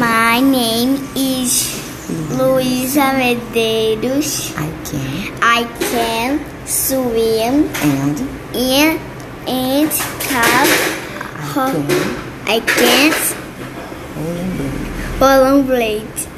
My name is Luisa Medeiros. I can I can swim and in and have I can I can't rolling blade. rolling blade.